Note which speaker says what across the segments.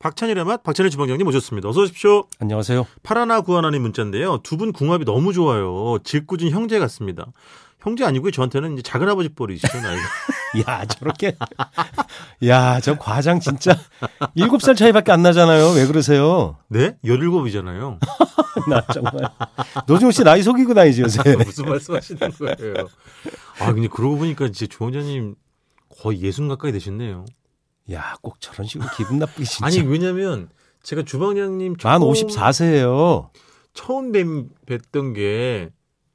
Speaker 1: 박찬일의 맛, 박찬일 주방장님 모셨습니다. 어서 오십시오.
Speaker 2: 안녕하세요.
Speaker 1: 파라나 구하나님 문자인데요. 두 분 궁합이 너무 좋아요. 질궂은 형제 같습니다. 형제 아니고요. 저한테는 이제 작은 아버지 뻘이시죠 나이가.
Speaker 2: 야, 저렇게. 야, 저 과장 진짜. 일곱 살 차이밖에 안 나잖아요. 왜 그러세요?
Speaker 1: 네? 17이잖아요.
Speaker 2: 나 정말. 노지호 씨 나이 속이고 다니지, 요새.
Speaker 1: 무슨 말씀하시는 거예요? 아 근데 그러고 보니까 이제 주원자님 거의 예순 가까이 되셨네요.
Speaker 2: 야, 꼭 저런 식으로 기분 나쁘게 진짜.
Speaker 1: 아니 왜냐면 제가 주방장님
Speaker 2: 만
Speaker 1: 처음-
Speaker 2: 54세예요.
Speaker 1: 처음 뵌, 뵀던 게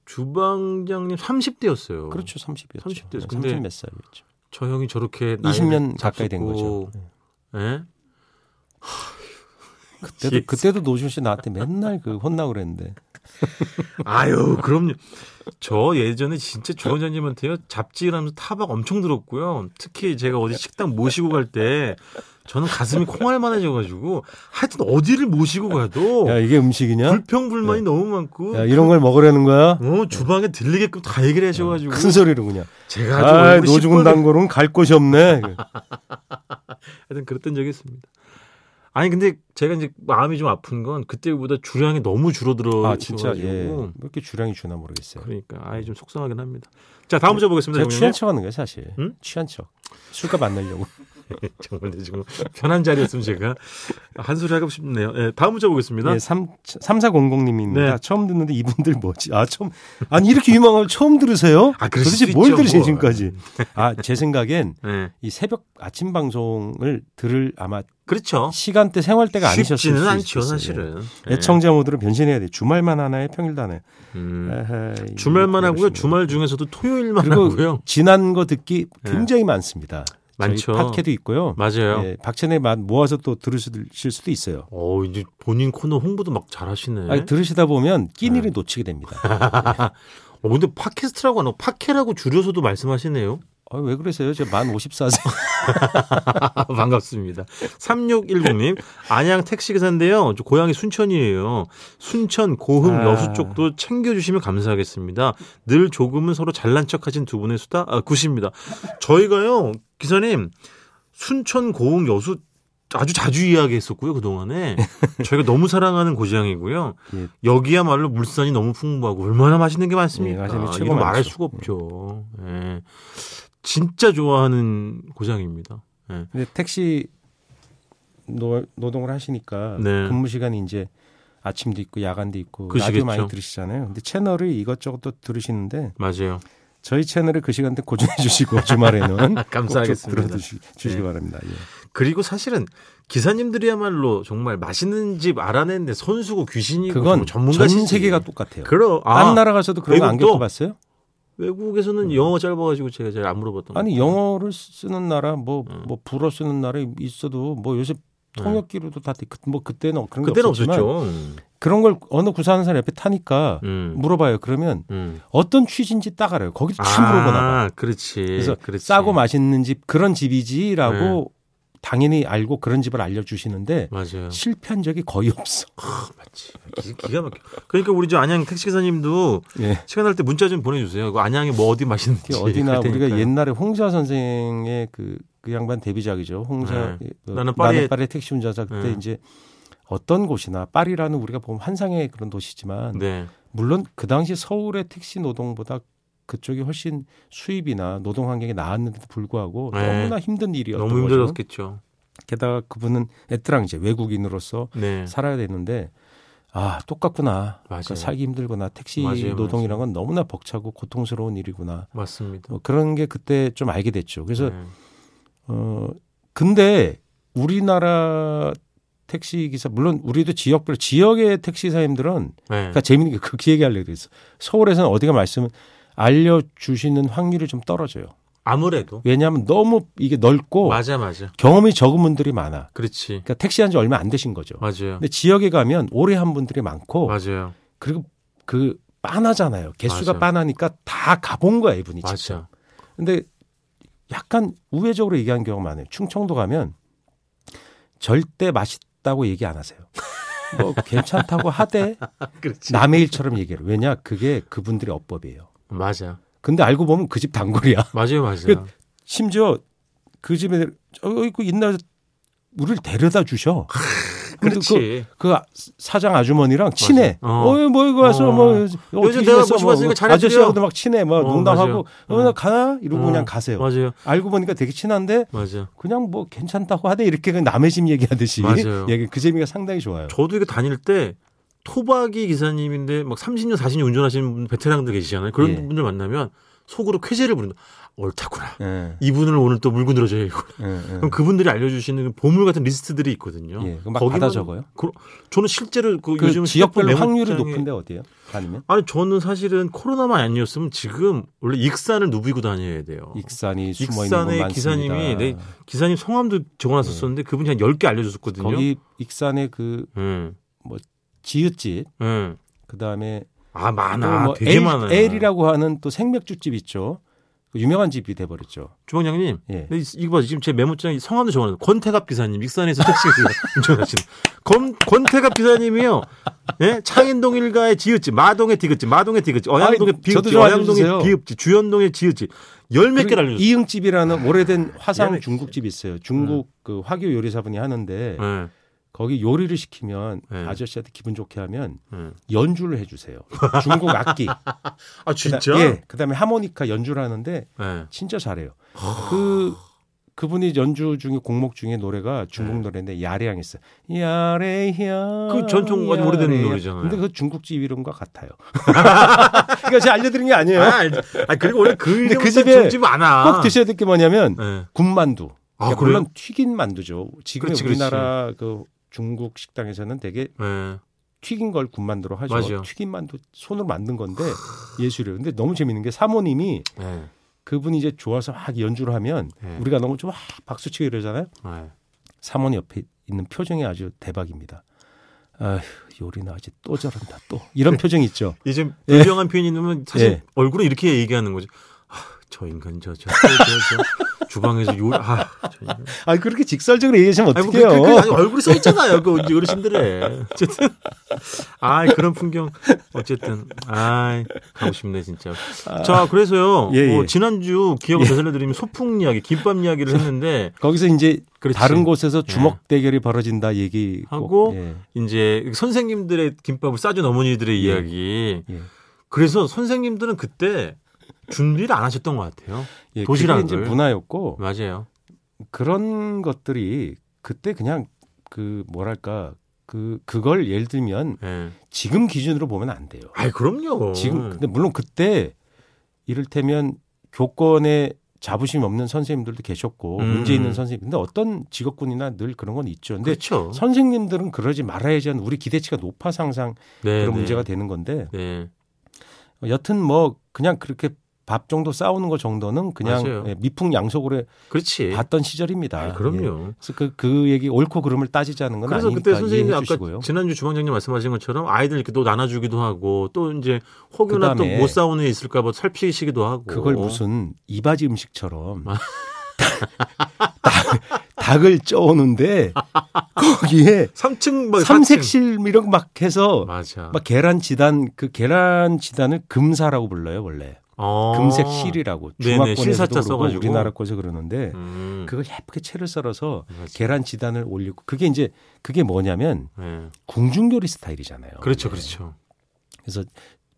Speaker 1: 주방장님 30대였어요.
Speaker 2: 그렇죠. 30이었죠.
Speaker 1: 30
Speaker 2: 30몇
Speaker 1: 대에서. 근데
Speaker 2: 살이었죠.
Speaker 1: 저 형이 저렇게 나이를
Speaker 2: 20년 가까이 된
Speaker 1: 잡수고,
Speaker 2: 거죠.
Speaker 1: 예?
Speaker 2: 그때도 그때도 노지호 씨 나한테 맨날 그 혼나 고 그랬는데.
Speaker 1: 아유, 그럼요. 저 예전에 진짜 주원장님한테요 잡지라면서 타박 엄청 들었고요. 특히 제가 어디 식당 모시고 갈 때 저는 가슴이 콩알만해져가지고 하여튼 어디를 모시고 가도
Speaker 2: 야, 이게 음식이냐?
Speaker 1: 불평불만이 너무 많고
Speaker 2: 야, 이런 걸 먹으려는 거야? 음.
Speaker 1: 어, 주방에 들리게끔 다 얘기를 하셔가지고
Speaker 2: 큰 소리로 그냥.
Speaker 1: 제가 아주
Speaker 2: 아,
Speaker 1: 얼굴이
Speaker 2: 노중훈
Speaker 1: 시뻘겋-
Speaker 2: 단골은 갈 곳이 없네.
Speaker 1: 하여튼 그랬던 적이 있습니다. 아니 근데 제가 이제 마음이 좀 아픈 건 그때보다 주량이 너무 줄어들어
Speaker 2: 아, 진짜
Speaker 1: 있어가지고
Speaker 2: 예. 왜 이렇게 주량이 주나 모르겠어요.
Speaker 1: 그러니까 아예 좀 속상하긴 합니다. 자 다음 문제 보겠습니다.
Speaker 2: 제가
Speaker 1: 정영님.
Speaker 2: 취한 척하는 거예요 사실.
Speaker 1: 응?
Speaker 2: 취한 척. 술값 안 내려고.
Speaker 1: 정말 지금 편한 자리였으면 제가 한 소리 하고 싶네요. 예, 다음 문제 보겠습니다.
Speaker 2: 네, 3 3400님입니다.
Speaker 1: 네.
Speaker 2: 처음 듣는데 이분들 뭐지? 아 처음 아니 이렇게 유망한 걸 처음 들으세요?
Speaker 1: 아, 그럴
Speaker 2: 도대체
Speaker 1: 수
Speaker 2: 뭘
Speaker 1: 있죠,
Speaker 2: 들으세요
Speaker 1: 뭐.
Speaker 2: 지금까지? 아 제 생각엔
Speaker 1: 네.
Speaker 2: 이 새벽 아침 방송을 들을 아마
Speaker 1: 그렇죠.
Speaker 2: 시간대 생활대가 아니셨을 수
Speaker 1: 쉽지는
Speaker 2: 있어요.
Speaker 1: 않죠 사실은.
Speaker 2: 예. 애청자 모드로 변신해야 돼. 주말만 하나요? 평일도 하나요?
Speaker 1: 음.
Speaker 2: 에헤이,
Speaker 1: 주말만 하고요.
Speaker 2: 그러시네요.
Speaker 1: 주말 중에서도 토요일만
Speaker 2: 그리고
Speaker 1: 하고요.
Speaker 2: 지난 거 듣기
Speaker 1: 예.
Speaker 2: 굉장히 많습니다.
Speaker 1: 많죠.
Speaker 2: 저희 팟캐도 있고요.
Speaker 1: 맞아요.
Speaker 2: 예, 박찬의 맛 모아서 또 들으실 수도 있어요.
Speaker 1: 어 이제 본인 코너 홍보도 막 잘하시네. 네.
Speaker 2: 아니, 들으시다 보면 끼니를 놓치게 됩니다.
Speaker 1: 어, 근데 팟캐스트라고 안 하고 팟캐라고 줄여서도 말씀하시네요.
Speaker 2: 아, 왜 그러세요? 제가 만 54세.
Speaker 1: 아, 반갑습니다. 3610님 안양 택시기사인데요. 저 고향이 순천이에요. 순천, 고흥,
Speaker 2: 아.
Speaker 1: 여수 쪽도 챙겨주시면 감사하겠습니다. 늘 조금은 서로 잘난 척하신 두 분의 수다 아, 굿입니다. 저희가요 기사님 순천, 고흥, 여수 아주 자주 이야기했었고요 그 동안에 저희가 너무 사랑하는 고향이고요.
Speaker 2: 예.
Speaker 1: 여기야말로 물산이 너무 풍부하고 얼마나 맛있는 게
Speaker 2: 예,
Speaker 1: 많습니까?
Speaker 2: 맛있는 게 최고
Speaker 1: 이건 말할
Speaker 2: 많죠.
Speaker 1: 수가 없죠. 예. 진짜 좋아하는 고향입니다. 예.
Speaker 2: 근데 택시 노, 노동을 하시니까
Speaker 1: 네.
Speaker 2: 근무 시간이 이제 아침도 있고 야간도 있고
Speaker 1: 그러시겠죠.
Speaker 2: 라디오 많이 들으시잖아요. 근데 채널을 이것저것 또 들으시는데
Speaker 1: 맞아요.
Speaker 2: 저희 채널을 그 시간대 고정해 주시고 주말에는
Speaker 1: 감사하겠습니다.
Speaker 2: 들어 주시기
Speaker 1: 예.
Speaker 2: 바랍니다. 예.
Speaker 1: 아, 그리고 사실은 기사님들이야말로 정말 맛있는 집 알아낸데 선수고 귀신이고
Speaker 2: 그건
Speaker 1: 정말 뭐 전문가시지.
Speaker 2: 전 세계가 똑같아요.
Speaker 1: 그럼 아
Speaker 2: 다른 나라 가서도 그런 거 안
Speaker 1: 외국도?
Speaker 2: 겪어봤어요?
Speaker 1: 외국에서는 영어 짧아가지고 제가 잘 안 물어봤던
Speaker 2: 아니
Speaker 1: 것 같아요. 음.
Speaker 2: 영어를 쓰는 나라 뭐 뭐 불어 쓰는 나라 있어도 뭐 요새 통역기로도 다뭐 그때는 그런 게
Speaker 1: 네. 그때는
Speaker 2: 없었지만 뭐
Speaker 1: 없었죠. 음.
Speaker 2: 그런 걸 어느 구사하는 사람 옆에 타니까
Speaker 1: 음.
Speaker 2: 물어봐요. 그러면
Speaker 1: 음.
Speaker 2: 어떤 취지인지 딱 알아요. 거기 다뭐 물어보나 봐.
Speaker 1: 아, 그렇지.
Speaker 2: 그래서
Speaker 1: 그렇지. 네.
Speaker 2: 싸고 맛있는 집 그런 집이지라고 당연히 알고 그런 집을 알려주시는데
Speaker 1: 맞아요.
Speaker 2: 실패한 적이 거의 없어.
Speaker 1: 맞지. 기- 기가 막혀. 그러니까 우리 저 안양 택시기사님도
Speaker 2: 예.
Speaker 1: 시간 날 때 문자 좀 보내주세요. 그 안양에 뭐 어디 맛있는지.
Speaker 2: 그게 어디나
Speaker 1: 그럴
Speaker 2: 우리가
Speaker 1: 테니까요.
Speaker 2: 옛날에 홍자 선생의 그, 그 양반 데뷔작이죠. 홍자
Speaker 1: 네.
Speaker 2: 그
Speaker 1: 나는 파리에-
Speaker 2: 나는 파리 택시 운전사 그때
Speaker 1: 네.
Speaker 2: 이제 어떤 곳이나 파리라는 우리가 보면 환상의 그런 도시지만
Speaker 1: 네.
Speaker 2: 물론 그 당시 서울의 택시 노동보다 그쪽이 훨씬 수입이나 노동 환경이 나았는데도 불구하고
Speaker 1: 네.
Speaker 2: 너무나 힘든 일이었던
Speaker 1: 너무
Speaker 2: 거죠.
Speaker 1: 힘들었겠죠.
Speaker 2: 게다가 그분은 애트랑 이제 외국인으로서
Speaker 1: 네.
Speaker 2: 살아야 되는데 아 똑같구나.
Speaker 1: 맞아요.
Speaker 2: 그러니까 살기 힘들구나. 택시
Speaker 1: 맞아요,
Speaker 2: 노동이란 건 너무나 벅차고 고통스러운 일이구나.
Speaker 1: 맞습니다.
Speaker 2: 뭐 그런 게 그때 좀 알게 됐죠. 그래서
Speaker 1: 네.
Speaker 2: 어 근데 우리나라 택시 기사 물론 우리도 지역별 지역의 택시 사님들은
Speaker 1: 네.
Speaker 2: 그러니까 재밌는 게 그 얘기 하려고 그랬어. 서울에서는 어디가 말씀을 알려 주시는 확률이 좀 떨어져요.
Speaker 1: 아무래도
Speaker 2: 왜냐하면 너무 이게 넓고
Speaker 1: 맞아 맞아.
Speaker 2: 경험이 적은 분들이 많아.
Speaker 1: 그렇지.
Speaker 2: 그러니까 택시 한 지 얼마 안 되신 거죠.
Speaker 1: 맞아요.
Speaker 2: 근데 지역에 가면 네. 오래 한 분들이 많고
Speaker 1: 맞아요.
Speaker 2: 그리고 그 빠나잖아요. 개수가
Speaker 1: 맞아요.
Speaker 2: 빠나니까 다 가본 거야 이분이 직접.
Speaker 1: 맞아.
Speaker 2: 근데 약간 우회적으로 얘기한 경우가 많아요. 충청도 가면 절대 맛있다고 얘기 안 하세요. 뭐 괜찮다고 하되
Speaker 1: 그렇지.
Speaker 2: 남의 일처럼 얘기해요. 왜냐 그게 그분들의 업법이에요.
Speaker 1: 맞아.
Speaker 2: 근데 알고 보면 그 집 단골이야.
Speaker 1: 맞아요, 맞아요.
Speaker 2: 심지어 그 집에 저기 있나 어, 우리를 데려다 주셔. 근데 그,
Speaker 1: 그렇지.
Speaker 2: 그 사장 아주머니랑 친해.
Speaker 1: 맞아. 어.
Speaker 2: 어, 뭐 이거 와서
Speaker 1: 어.
Speaker 2: 뭐 어떻게
Speaker 1: 내가
Speaker 2: 지냈어?
Speaker 1: 모시고
Speaker 2: 뭐,
Speaker 1: 왔으니까 잘해드려.
Speaker 2: 아저씨하고도 막 친해. 막
Speaker 1: 어,
Speaker 2: 농담하고
Speaker 1: 맞아요.
Speaker 2: 어, 나
Speaker 1: 어.
Speaker 2: 가나 이러고
Speaker 1: 어.
Speaker 2: 그냥 가세요.
Speaker 1: 맞아요.
Speaker 2: 알고 보니까 되게 친한데
Speaker 1: 맞아.
Speaker 2: 그냥 뭐 괜찮다고 하대 이렇게 그냥 남의 집 얘기하듯이
Speaker 1: 맞아요.
Speaker 2: 얘기 그 재미가 상당히 좋아요.
Speaker 1: 저도 이게 다닐 때 토박이 기사님인데 막 30년 40년 운전하시는 분, 베테랑들 계시잖아요. 그런
Speaker 2: 예.
Speaker 1: 분들 만나면 속으로 쾌재를 부른다. 옳다구나.
Speaker 2: 예, 예,
Speaker 1: 이분을 오늘 또 물고 늘어져야 이거.
Speaker 2: 예.
Speaker 1: 그럼 그분들이 알려주시는 그 보물 같은 리스트들이 있거든요.
Speaker 2: 예, 그거 막
Speaker 1: 거기만-
Speaker 2: 받아 적어요.
Speaker 1: 그- 저는 실제로 그,
Speaker 2: 그
Speaker 1: 요즘
Speaker 2: 지역별로
Speaker 1: 휴대폰
Speaker 2: 확률이
Speaker 1: 메모장에-
Speaker 2: 높은데 어디예요? 아니면
Speaker 1: 아니 저는 사실은 코로나만 아니었으면 지금 원래 익산을 누비고 다녀야 돼요.
Speaker 2: 익산이 숨어 있는 곳
Speaker 1: 익산의
Speaker 2: 많습니다.
Speaker 1: 기사님이 네, 내 기사님 성함도 적어놨었었는데 그분이 한 10개 알려줬었거든요.
Speaker 2: 음. 거기 익산의 그
Speaker 1: 예.
Speaker 2: 지읒집
Speaker 1: 예.
Speaker 2: 그다음에
Speaker 1: 아
Speaker 2: 또
Speaker 1: 많아.
Speaker 2: 뭐
Speaker 1: 되게 많아요.
Speaker 2: 엘이라고 하는 또 생맥주집 있죠. 그 유명한 집이 돼 버렸죠.
Speaker 1: 주방장님.
Speaker 2: 예.
Speaker 1: 근데 이- 이거 봐 지금 제 메모장에 성함도 적어놨어요. 권태갑 기사님 익산에서 택시 운전하시는 검- 권태갑 기사님이요. 예? 창인동 일가의 지읒지, 마동의 디귿지, 마동의 디귿지, 어양동의
Speaker 2: 아이, 저도
Speaker 1: 비읍지,
Speaker 2: 좀
Speaker 1: 어양동의
Speaker 2: 알려주세요.
Speaker 1: 비읍지, 주현동의 지읒지 열 몇 개를 알려줬어요.
Speaker 2: 이응집이라는 오래된 화상
Speaker 1: 예.
Speaker 2: 중국집 이 있어요. 중국
Speaker 1: 네.
Speaker 2: 그 화교 요리사분이 하는데
Speaker 1: 예,
Speaker 2: 거기 요리를 시키면
Speaker 1: 예.
Speaker 2: 아저씨한테 기분 좋게 하면
Speaker 1: 예.
Speaker 2: 연주를 해주세요. 중국 악기.
Speaker 1: 아 진짜?
Speaker 2: 그다- 예. 그다음에 하모니카 연주를 하는데
Speaker 1: 예.
Speaker 2: 진짜 잘해요. 그 그분이 연주 중에 곡목 중에 노래가 중국
Speaker 1: 네.
Speaker 2: 노래인데 야레양 있어요. 야레양.
Speaker 1: 그 전통 아주 오래된
Speaker 2: 야레양.
Speaker 1: 노래잖아요.
Speaker 2: 근데 그 중국집 이름과 같아요. 그러니까 제가 알려드린 게 아니에요.
Speaker 1: 아, 알지. 아, 그리고 원래 그
Speaker 2: 근데
Speaker 1: 이름은
Speaker 2: 그
Speaker 1: 참
Speaker 2: 집에
Speaker 1: 좋지 않아.
Speaker 2: 꼭 드셔야 될 게 뭐냐면
Speaker 1: 예.
Speaker 2: 군만두.
Speaker 1: 아,
Speaker 2: 그러니까
Speaker 1: 그래요?
Speaker 2: 물론 튀긴 만두죠. 지금
Speaker 1: 그렇지, 그렇지.
Speaker 2: 우리나라 그 중국 식당에서는 되게
Speaker 1: 예.
Speaker 2: 튀긴 걸 군만두로 하죠.
Speaker 1: 맞아요.
Speaker 2: 튀긴 만두 손으로 만든 건데 예술이에요. 근데 너무 재밌는 게 사모님이
Speaker 1: 예.
Speaker 2: 그분이 이제 좋아서 막 연주를 하면
Speaker 1: 네.
Speaker 2: 우리가 너무 좀 막 박수치고 이러잖아요.
Speaker 1: 예.
Speaker 2: 사모님 옆에 있는 표정이 아주 대박입니다. 아휴, 요리나 아직 또 저런다 또 이런 표정 이 있죠.
Speaker 1: 이제 불명한 표현이 있으면 사실
Speaker 2: 예.
Speaker 1: 얼굴은 이렇게 얘기하는 거죠. 아, 저 인간 저 저 저 저, 주방에서 요리 아, 저 인간.
Speaker 2: 아 그렇게 직설적으로 얘기하시면
Speaker 1: 아니, 뭐
Speaker 2: 어떡해요?
Speaker 1: 그, 그, 그, 아니, 얼굴이 써 있잖아요. 그 이제 어르신들의. 어쨌든 아, 그런 풍경 어쨌든 아, 가고 싶네 진짜. 자, 그래서요.
Speaker 2: 예, 예.
Speaker 1: 어, 지난주 기억을 되살려 드리면 소풍 이야기, 김밥 이야기를 했는데
Speaker 2: 거기서 이제
Speaker 1: 그렇지.
Speaker 2: 다른 곳에서 주먹 대결이 벌어진다 얘기 꼭-
Speaker 1: 하고
Speaker 2: 예,
Speaker 1: 이제 선생님들의 김밥을 싸준 어머니들의 이야기.
Speaker 2: 예.
Speaker 1: 그래서 선생님들은 그때 준비를 안 하셨던 것 같아요.
Speaker 2: 예,
Speaker 1: 도시락을.
Speaker 2: 그게 이제 문화였고
Speaker 1: 맞아요.
Speaker 2: 그런 것들이 그때 그냥 그 뭐랄까 그 그걸 예를 들면
Speaker 1: 예.
Speaker 2: 지금 기준으로 보면 안 돼요.
Speaker 1: 아이 그럼요.
Speaker 2: 지금 근데 물론 그때 이를테면 교권에 자부심 없는 선생님들도 계셨고
Speaker 1: 음.
Speaker 2: 문제 있는 선생님 근데 어떤 직업군이나 늘 그런 건 있죠. 근데
Speaker 1: 그렇죠.
Speaker 2: 선생님들은 그러지 말아야지 하는 우리 기대치가 높아 항상
Speaker 1: 네,
Speaker 2: 그런
Speaker 1: 네.
Speaker 2: 문제가 되는 건데
Speaker 1: 네.
Speaker 2: 여튼 뭐 그냥 그렇게 밥 정도 싸우는 거 정도는
Speaker 1: 맞아요.
Speaker 2: 그냥 예, 미풍양속으로
Speaker 1: 그렇지.
Speaker 2: 봤던 시절입니다.
Speaker 1: 아이,
Speaker 2: 아, 예.
Speaker 1: 그럼요.
Speaker 2: 그래서 그, 그 얘기 옳고 그름을 따지자는 건
Speaker 1: 그래서
Speaker 2: 아니니까
Speaker 1: 그때 선생님이
Speaker 2: 이해해
Speaker 1: 아까
Speaker 2: 주시고요.
Speaker 1: 지난주 주방장님 말씀하신 것처럼 아이들 이렇게 또 나눠주기도 하고 또 이제 혹여나 또
Speaker 2: 그다음에
Speaker 1: 못 싸우는 애 있을까봐 살피시기도 하고
Speaker 2: 그걸 무슨 이바지 음식처럼
Speaker 1: 아.
Speaker 2: 닭- 닭을 쪄오는데 거기에
Speaker 1: 3층 막
Speaker 2: 삼색실 이런 막 해서
Speaker 1: 4층. 맞아.
Speaker 2: 막 계란 지단 그 계란 지단을 금사라고 불러요 원래
Speaker 1: 어.
Speaker 2: 금색실이라고
Speaker 1: 네네,
Speaker 2: 중화권에서도
Speaker 1: 실사자
Speaker 2: 그러고
Speaker 1: 써가지고.
Speaker 2: 우리나라 거에서 그러는데
Speaker 1: 음.
Speaker 2: 그걸 예쁘게 채를 썰어서
Speaker 1: 맞아.
Speaker 2: 계란 지단을 올리고 그게 이제 그게 뭐냐면
Speaker 1: 네.
Speaker 2: 궁중요리 스타일이잖아요.
Speaker 1: 그렇죠,
Speaker 2: 네.
Speaker 1: 그렇죠.
Speaker 2: 그래서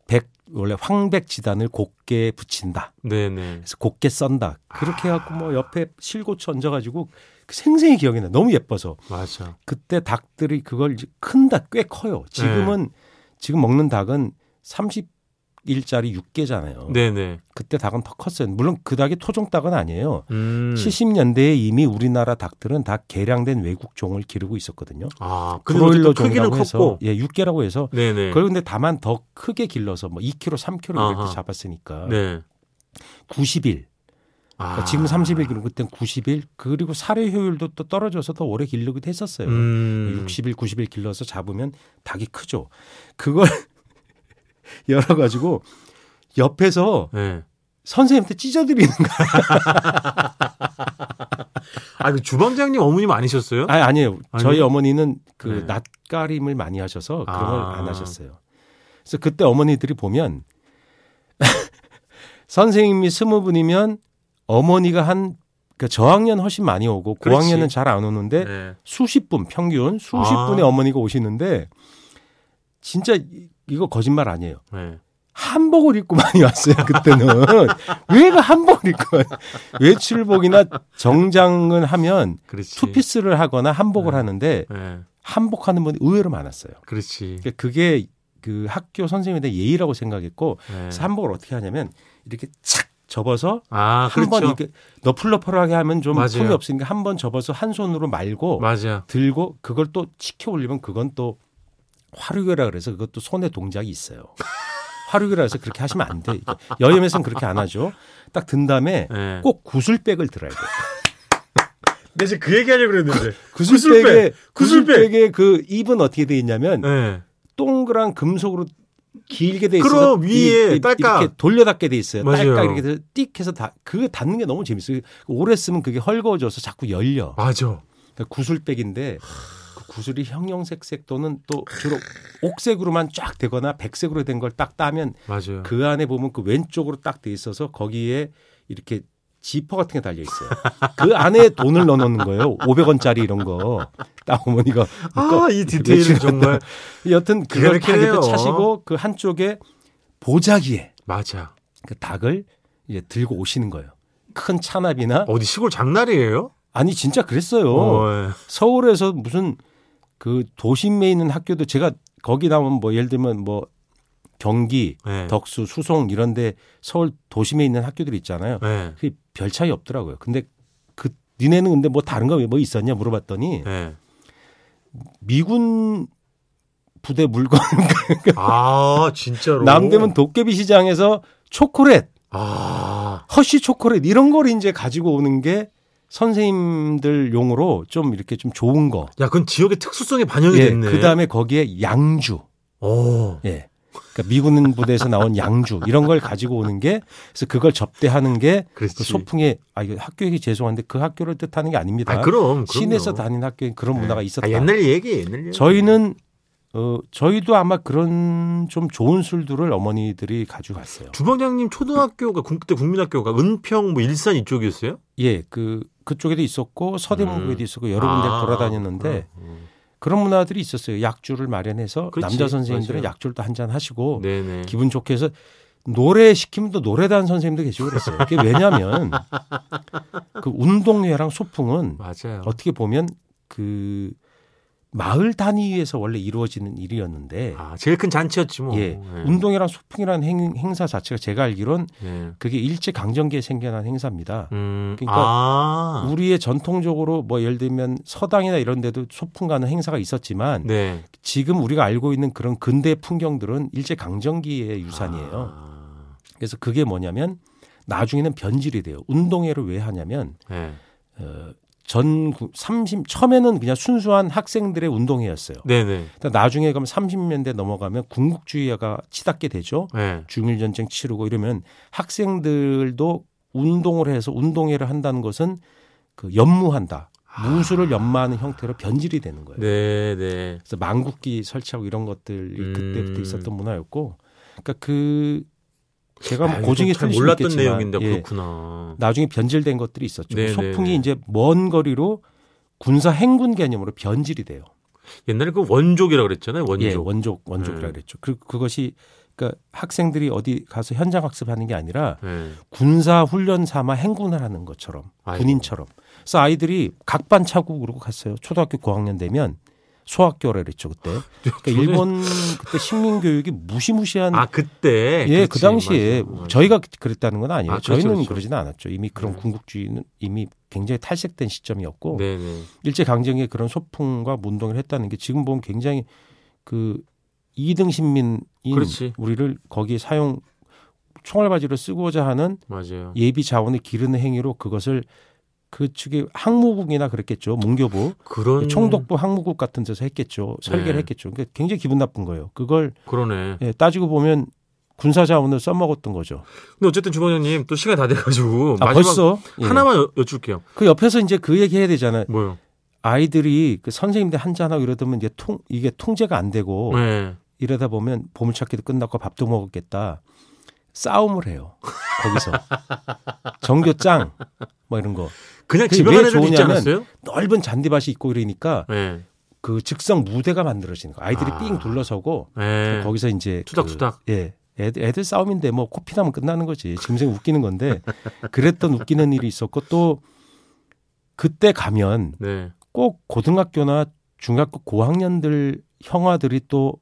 Speaker 2: 백 원래 황백 지단을 곱게 붙인다.
Speaker 1: 네네.
Speaker 2: 그래서 곱게 썬다.
Speaker 1: 아.
Speaker 2: 그렇게 해갖고 뭐 옆에 실고추 얹어가지고 그 생생히 기억이 나. 너무 예뻐서
Speaker 1: 맞아. 그때
Speaker 2: 그때 닭들이 그걸 이제 큰다 꽤 커요. 지금은
Speaker 1: 네.
Speaker 2: 지금 먹는 닭은 30일짜리 6개잖아요.
Speaker 1: 네네.
Speaker 2: 그때 닭은 더 컸어요. 물론 그 닭이 토종 닭은 아니에요.
Speaker 1: 음.
Speaker 2: 70년대에 이미 우리나라 닭들은 다 개량된 외국 종을 기르고 있었거든요.
Speaker 1: 아, 근데
Speaker 2: 브로일러
Speaker 1: 어쨌든 크기는
Speaker 2: 종이라고 해서
Speaker 1: 컸고.
Speaker 2: 예, 6개라고 해서
Speaker 1: 네네.
Speaker 2: 그걸 근데 다만 더 크게 길러서 뭐 2kg, 3kg
Speaker 1: 아하.
Speaker 2: 이렇게 잡았으니까
Speaker 1: 네.
Speaker 2: 90일
Speaker 1: 아.
Speaker 2: 그러니까 지금 30일 그리고 그땐 90일 그리고 살해 효율도 또 떨어져서 더 오래 길르기도 했었어요.
Speaker 1: 음.
Speaker 2: 60일, 90일 길러서 잡으면 닭이 크죠. 그걸 열어 가지고 옆에서
Speaker 1: 네.
Speaker 2: 선생님한테 찢어드리는 거
Speaker 1: 아, 그 주방장님 어머님 아니셨어요?
Speaker 2: 아니 아니에요. 저희
Speaker 1: 아니요?
Speaker 2: 어머니는 그
Speaker 1: 네.
Speaker 2: 낯가림을 많이 하셔서 그런 걸
Speaker 1: 아.
Speaker 2: 안 하셨어요. 그래서 그때 어머니들이 보면 선생님이 스무 분이면 어머니가 한 그러니까 저학년 훨씬 많이 오고
Speaker 1: 그렇지.
Speaker 2: 고학년은 잘 안 오는데
Speaker 1: 네.
Speaker 2: 수십 분 평균 수십
Speaker 1: 아.
Speaker 2: 분의 어머니가 오시는데 진짜 이- 이거 거짓말 아니에요.
Speaker 1: 네.
Speaker 2: 한복을 입고 많이 왔어요 그때는 왜가 한복을 입고 와요? 외출복이나 정장은 하면
Speaker 1: 그렇지.
Speaker 2: 투피스를 하거나 한복을
Speaker 1: 네.
Speaker 2: 하는데
Speaker 1: 네.
Speaker 2: 한복하는 분이 의외로 많았어요.
Speaker 1: 그렇지.
Speaker 2: 그러니까 그게 그 학교 선생님에 대한 예의라고 생각했고
Speaker 1: 네.
Speaker 2: 그래서 한복을 어떻게 하냐면 이렇게 착 접어서
Speaker 1: 아,
Speaker 2: 한 번
Speaker 1: 그렇죠.
Speaker 2: 이렇게 너플너플하게 하면 좀
Speaker 1: 맞아요.
Speaker 2: 품이 없으니까 한 번 접어서 한 손으로 말고
Speaker 1: 맞아.
Speaker 2: 들고 그걸 또 치켜 올리면 그건 또 화류교라 그래서 그것도 손에 동작이 있어요. 화류교라서 그렇게 하시면 안 돼. 여염에서는 그렇게 안 하죠. 딱 든 다음에
Speaker 1: 네.
Speaker 2: 꼭 구슬백을 들어야 돼. 요
Speaker 1: 내 지금 그 얘기하려고 그랬는데.
Speaker 2: 구슬백에
Speaker 1: 구슬백!
Speaker 2: 구슬백에 그 입은 어떻게 돼 있냐면
Speaker 1: 네.
Speaker 2: 동그란 금속으로 길게 돼 있어서
Speaker 1: 그럼 위에 딸깍.
Speaker 2: 이렇게 돌려 닫게 돼 있어요.
Speaker 1: 맞아요.
Speaker 2: 딸깍 이렇게 돼서 띡 해서 다 그게 닫는 게 너무 재밌어요. 오래 쓰면 그게 헐거워져서 자꾸 열려.
Speaker 1: 맞아.
Speaker 2: 그러니까 구슬백인데 그 구슬이 형형색색 또는 또 주로 옥색으로만 쫙 되거나 백색으로 된 걸 딱 따면
Speaker 1: 맞아요.
Speaker 2: 그 안에 보면 그 왼쪽으로 딱 돼 있어서 거기에 이렇게 지퍼 같은 게 달려 있어요. 그 안에 돈을 넣어 놓는 거예요. 500원짜리 이런 거. 딱 어머니가
Speaker 1: 아, 이 디테일은 정말
Speaker 2: 여튼
Speaker 1: 기가
Speaker 2: 그걸
Speaker 1: 막히네요.
Speaker 2: 타겟도 차시고 그 한쪽에 보자기에
Speaker 1: 맞아.
Speaker 2: 그 닭을 이제 들고 오시는 거예요. 큰 차납이나
Speaker 1: 어디 시골 장날이에요?
Speaker 2: 아니 진짜 그랬어요.
Speaker 1: 어, 예.
Speaker 2: 서울에서 무슨 그 도심에 있는 학교도 제가 거기 나오면 뭐 예를 들면 뭐 경기,
Speaker 1: 네.
Speaker 2: 덕수, 수송 이런데 서울 도심에 있는 학교들 있잖아요.
Speaker 1: 네.
Speaker 2: 그게 별 차이 없더라고요. 근데 그 니네는 근데 뭐 다른 거 뭐 있었냐 물어봤더니
Speaker 1: 네.
Speaker 2: 미군 부대 물건
Speaker 1: 아, 진짜로.
Speaker 2: 남대문 도깨비 시장에서 초콜릿,
Speaker 1: 아,
Speaker 2: 허쉬 초콜릿 이런 걸 이제 가지고 오는 게 선생님들 용으로 좀 이렇게 좀 좋은 거.
Speaker 1: 야, 그건 지역의 특수성이 반영이
Speaker 2: 예,
Speaker 1: 됐네. 어,
Speaker 2: 그다음에 거기에 양주.
Speaker 1: 오,
Speaker 2: 예. 그러니까 미군 부대에서 나온 양주 이런 걸 가지고 오는 게 그래서 그걸 접대하는 게
Speaker 1: 그렇지.
Speaker 2: 그 소풍에 아 이거 학교 얘기 죄송한데 그 학교를 뜻하는 게 아닙니다.
Speaker 1: 아, 그럼. 그럼요.
Speaker 2: 시내에서 다닌 학교에 그런
Speaker 1: 네.
Speaker 2: 문화가 있었다.
Speaker 1: 아, 옛날 얘기, 옛날 얘기.
Speaker 2: 저희는 어 저희도 아마 그런 좀 좋은 술들을 어머니들이 가져갔어요.
Speaker 1: 주방장님 초등학교가 군- 그때 국민학교가 은평 뭐 일산 이쪽이었어요?
Speaker 2: 예, 그 그쪽에도 있었고 서대문구에도
Speaker 1: 음.
Speaker 2: 있었고 여러 군데
Speaker 1: 아,
Speaker 2: 돌아다녔는데
Speaker 1: 그럼.
Speaker 2: 그런 문화들이 있었어요. 약주를 마련해서
Speaker 1: 그렇지.
Speaker 2: 남자 선생님들은
Speaker 1: 맞아요.
Speaker 2: 약주를 또 한 잔 하시고
Speaker 1: 네네.
Speaker 2: 어, 기분 좋게 해서 노래 시키면 또 노래단 선생님도 계시고 그랬어요. 그게 왜냐하면 그 운동회랑 소풍은
Speaker 1: 맞아요.
Speaker 2: 어떻게 보면 그 마을 단위에서 원래 이루어지는 일이었는데
Speaker 1: 아, 제일 큰 잔치였지 뭐.
Speaker 2: 예 운동회랑 소풍이라는 행, 행사 자체가 제가 알기론
Speaker 1: 예.
Speaker 2: 그게 일제 강점기에 생겨난 행사입니다.
Speaker 1: 음,
Speaker 2: 그러니까
Speaker 1: 아,
Speaker 2: 우리의 전통적으로 뭐 예를 들면 서당이나 이런 데도 소풍 가는 행사가 있었지만
Speaker 1: 네.
Speaker 2: 지금 우리가 알고 있는 그런 근대 풍경들은 일제 강점기의 유산이에요.
Speaker 1: 아,
Speaker 2: 그래서 그게 뭐냐면 나중에는 변질이 돼요. 운동회를 왜 하냐면
Speaker 1: 네.
Speaker 2: 어, 전 구- 30 처음에는 그냥 순수한 학생들의 운동회였어요.
Speaker 1: 네네.
Speaker 2: 근데 나중에 그럼 30년대 넘어가면 군국주의가 치닫게 되죠.
Speaker 1: 네.
Speaker 2: 중일 전쟁 치르고 이러면 학생들도 운동을 해서 운동회를 한다는 것은 그 연무한다. 무술을 연마하는 형태로 변질이 되는 거예요.
Speaker 1: 아, 네, 네.
Speaker 2: 그래서 망국기 설치하고 이런 것들이
Speaker 1: 음.
Speaker 2: 그때부터 있었던 문화였고, 그러니까 그 제가 뭐
Speaker 1: 아유,
Speaker 2: 고증이
Speaker 1: 잘
Speaker 2: 틀릴 수는
Speaker 1: 몰랐던
Speaker 2: 있겠지만,
Speaker 1: 내용인데
Speaker 2: 예,
Speaker 1: 그렇구나.
Speaker 2: 나중에 변질된 것들이 있었죠.
Speaker 1: 네,
Speaker 2: 소풍이
Speaker 1: 네, 네.
Speaker 2: 이제 먼 거리로 군사 행군 개념으로 변질이 돼요.
Speaker 1: 옛날에 그 원족이라고 그랬잖아요. 원족.
Speaker 2: 예, 원족 원족이라
Speaker 1: 네.
Speaker 2: 그랬죠. 그 그것이 그러니까 학생들이 어디 가서 현장 학습하는 게 아니라
Speaker 1: 네.
Speaker 2: 군사 훈련 삼아 행군을 하는 것처럼
Speaker 1: 아이고.
Speaker 2: 군인처럼. 그래서 아이들이 각반 차국으로 갔어요. 초등학교 고학년 되면 소학교라 그랬죠 그때. 그러니까
Speaker 1: 네, 저는-
Speaker 2: 일본 그때 식민 교육이 무시무시한
Speaker 1: 아 그때.
Speaker 2: 예, 그
Speaker 1: 그렇지,
Speaker 2: 당시에
Speaker 1: 맞아요, 맞아요.
Speaker 2: 저희가 그랬다는 건 아니에요.
Speaker 1: 아, 그렇죠,
Speaker 2: 저희는
Speaker 1: 그렇죠.
Speaker 2: 그러지는 않았죠. 이미 그런
Speaker 1: 네.
Speaker 2: 군국주의는 이미 굉장히 탈색된 시점이었고
Speaker 1: 네네.
Speaker 2: 일제 강점기에 그런 소풍과 운동을 했다는 게 지금 보면 굉장히 그 2등 신민인
Speaker 1: 그렇지.
Speaker 2: 우리를 거기에 사용 총알바지로 쓰고자 하는
Speaker 1: 맞아요.
Speaker 2: 예비 자원을 기르는 행위로 그것을 그 측의 항무국이나 그랬겠죠. 문교부,
Speaker 1: 그런
Speaker 2: 총독부 항무국 같은 데서 했겠죠. 설계를
Speaker 1: 네.
Speaker 2: 했겠죠. 그러니까 굉장히 기분 나쁜 거예요. 그걸
Speaker 1: 그러네.
Speaker 2: 예, 따지고 보면 군사 자원을 써먹었던 거죠.
Speaker 1: 근데 어쨌든 주방장님 또 시간 이 다 돼가지고
Speaker 2: 아,
Speaker 1: 뭐 마지막
Speaker 2: 벌써 예.
Speaker 1: 하나만 여, 여쭐게요.
Speaker 2: 그 옆에서 이제 그 얘기 해야 되잖아요.
Speaker 1: 뭐요?
Speaker 2: 아이들이 그 선생님들 한잔하고 이러다면 이제 통 이게 통제가 안 되고
Speaker 1: 네.
Speaker 2: 이러다 보면 보물찾기도 끝났고 밥도 먹었겠다. 싸움을 해요. 거기서 정교짱 뭐 막 이런 거
Speaker 1: 그냥
Speaker 2: 그게
Speaker 1: 집에
Speaker 2: 왜
Speaker 1: 가는 애들 있지
Speaker 2: 좋으냐면
Speaker 1: 않았어요?
Speaker 2: 넓은 잔디밭이 있고 이러니까
Speaker 1: 예.
Speaker 2: 그 즉석 무대가 만들어지는 거 아이들이
Speaker 1: 아.
Speaker 2: 삥 둘러서고
Speaker 1: 예.
Speaker 2: 거기서 이제
Speaker 1: 투닥투닥.
Speaker 2: 그, 예 애들, 애들 싸움인데 뭐 코피 나면 끝나는 거지 짐승 웃기는 건데 그랬던 웃기는 일이 있었고 또 그때 가면
Speaker 1: 네.
Speaker 2: 꼭 고등학교나 중학교 고학년들 형아들이 또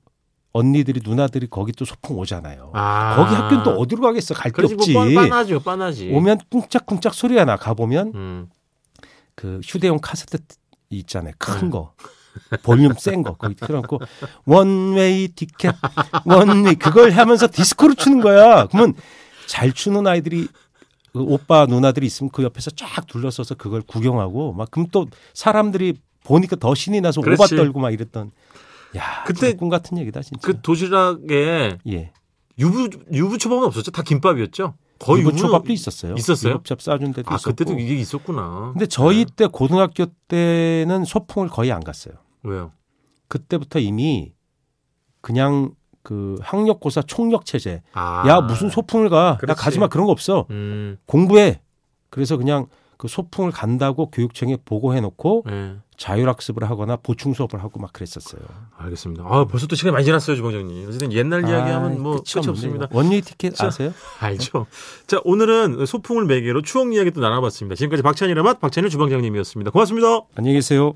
Speaker 2: 언니들이 누나들이 거기 또 소풍 오잖아요.
Speaker 1: 아.
Speaker 2: 거기 학교는 또 어디로 가겠어? 갈 게
Speaker 1: 그렇지
Speaker 2: 없지.
Speaker 1: 뭐 뻔- 뻔하죠, 뻔하지.
Speaker 2: 오면 꿍짝꿍짝 소리가 나. 가보면
Speaker 1: 음.
Speaker 2: 그 휴대용 카세트 있잖아요.
Speaker 1: 네.
Speaker 2: 큰 거. 볼륨 센 거. 거기 틀어놓고 원웨이 티켓, 원웨이 그걸 하면서 디스코를 추는 거야. 그러면 잘 추는 아이들이 그 오빠 누나들이 있으면 그 옆에서 쫙 둘러서서 그걸 구경하고 막 그럼 또 사람들이 보니까 더 신이 나서
Speaker 1: 그렇지.
Speaker 2: 오바 떨고 막 이랬던 야
Speaker 1: 그때
Speaker 2: 그때 꿈 같은 얘기다 진짜
Speaker 1: 그 도시락에
Speaker 2: 예
Speaker 1: 유부 유부 초밥은 없었죠. 다 김밥이었죠. 거의
Speaker 2: 유부
Speaker 1: 유부는-
Speaker 2: 초밥도 있었어요
Speaker 1: 있었어요?
Speaker 2: 유부첩 싸준 데도
Speaker 1: 아
Speaker 2: 있었고
Speaker 1: 그때도 이게 있었구나.
Speaker 2: 근데 저희
Speaker 1: 네.
Speaker 2: 때 고등학교 때는 소풍을 거의 안 갔어요
Speaker 1: 왜요?
Speaker 2: 그때부터 이미 그냥 그 학력고사 총력 체제
Speaker 1: 아.
Speaker 2: 야 무슨 소풍을 가 나
Speaker 1: 그렇지.
Speaker 2: 가지마 그런 거 없어
Speaker 1: 음.
Speaker 2: 공부해 그래서 그냥 그 소풍을 간다고 교육청에 보고해 놓고
Speaker 1: 네.
Speaker 2: 자율학습을 하거나 보충 수업을 하고 막 그랬었어요.
Speaker 1: 알겠습니다. 아 벌써 또 시간이 많이 지났어요, 주방장님. 어쨌든 옛날
Speaker 2: 아,
Speaker 1: 이야기하면 뭐 끝이 없습니다.
Speaker 2: 원리 티켓
Speaker 1: 자,
Speaker 2: 아세요?
Speaker 1: 알죠. 자 오늘은 소풍을 매개로 추억 이야기 도 나눠봤습니다. 지금까지 박찬일의 맛 박찬일 주방장님이었습니다. 고맙습니다.
Speaker 2: 안녕히 계세요.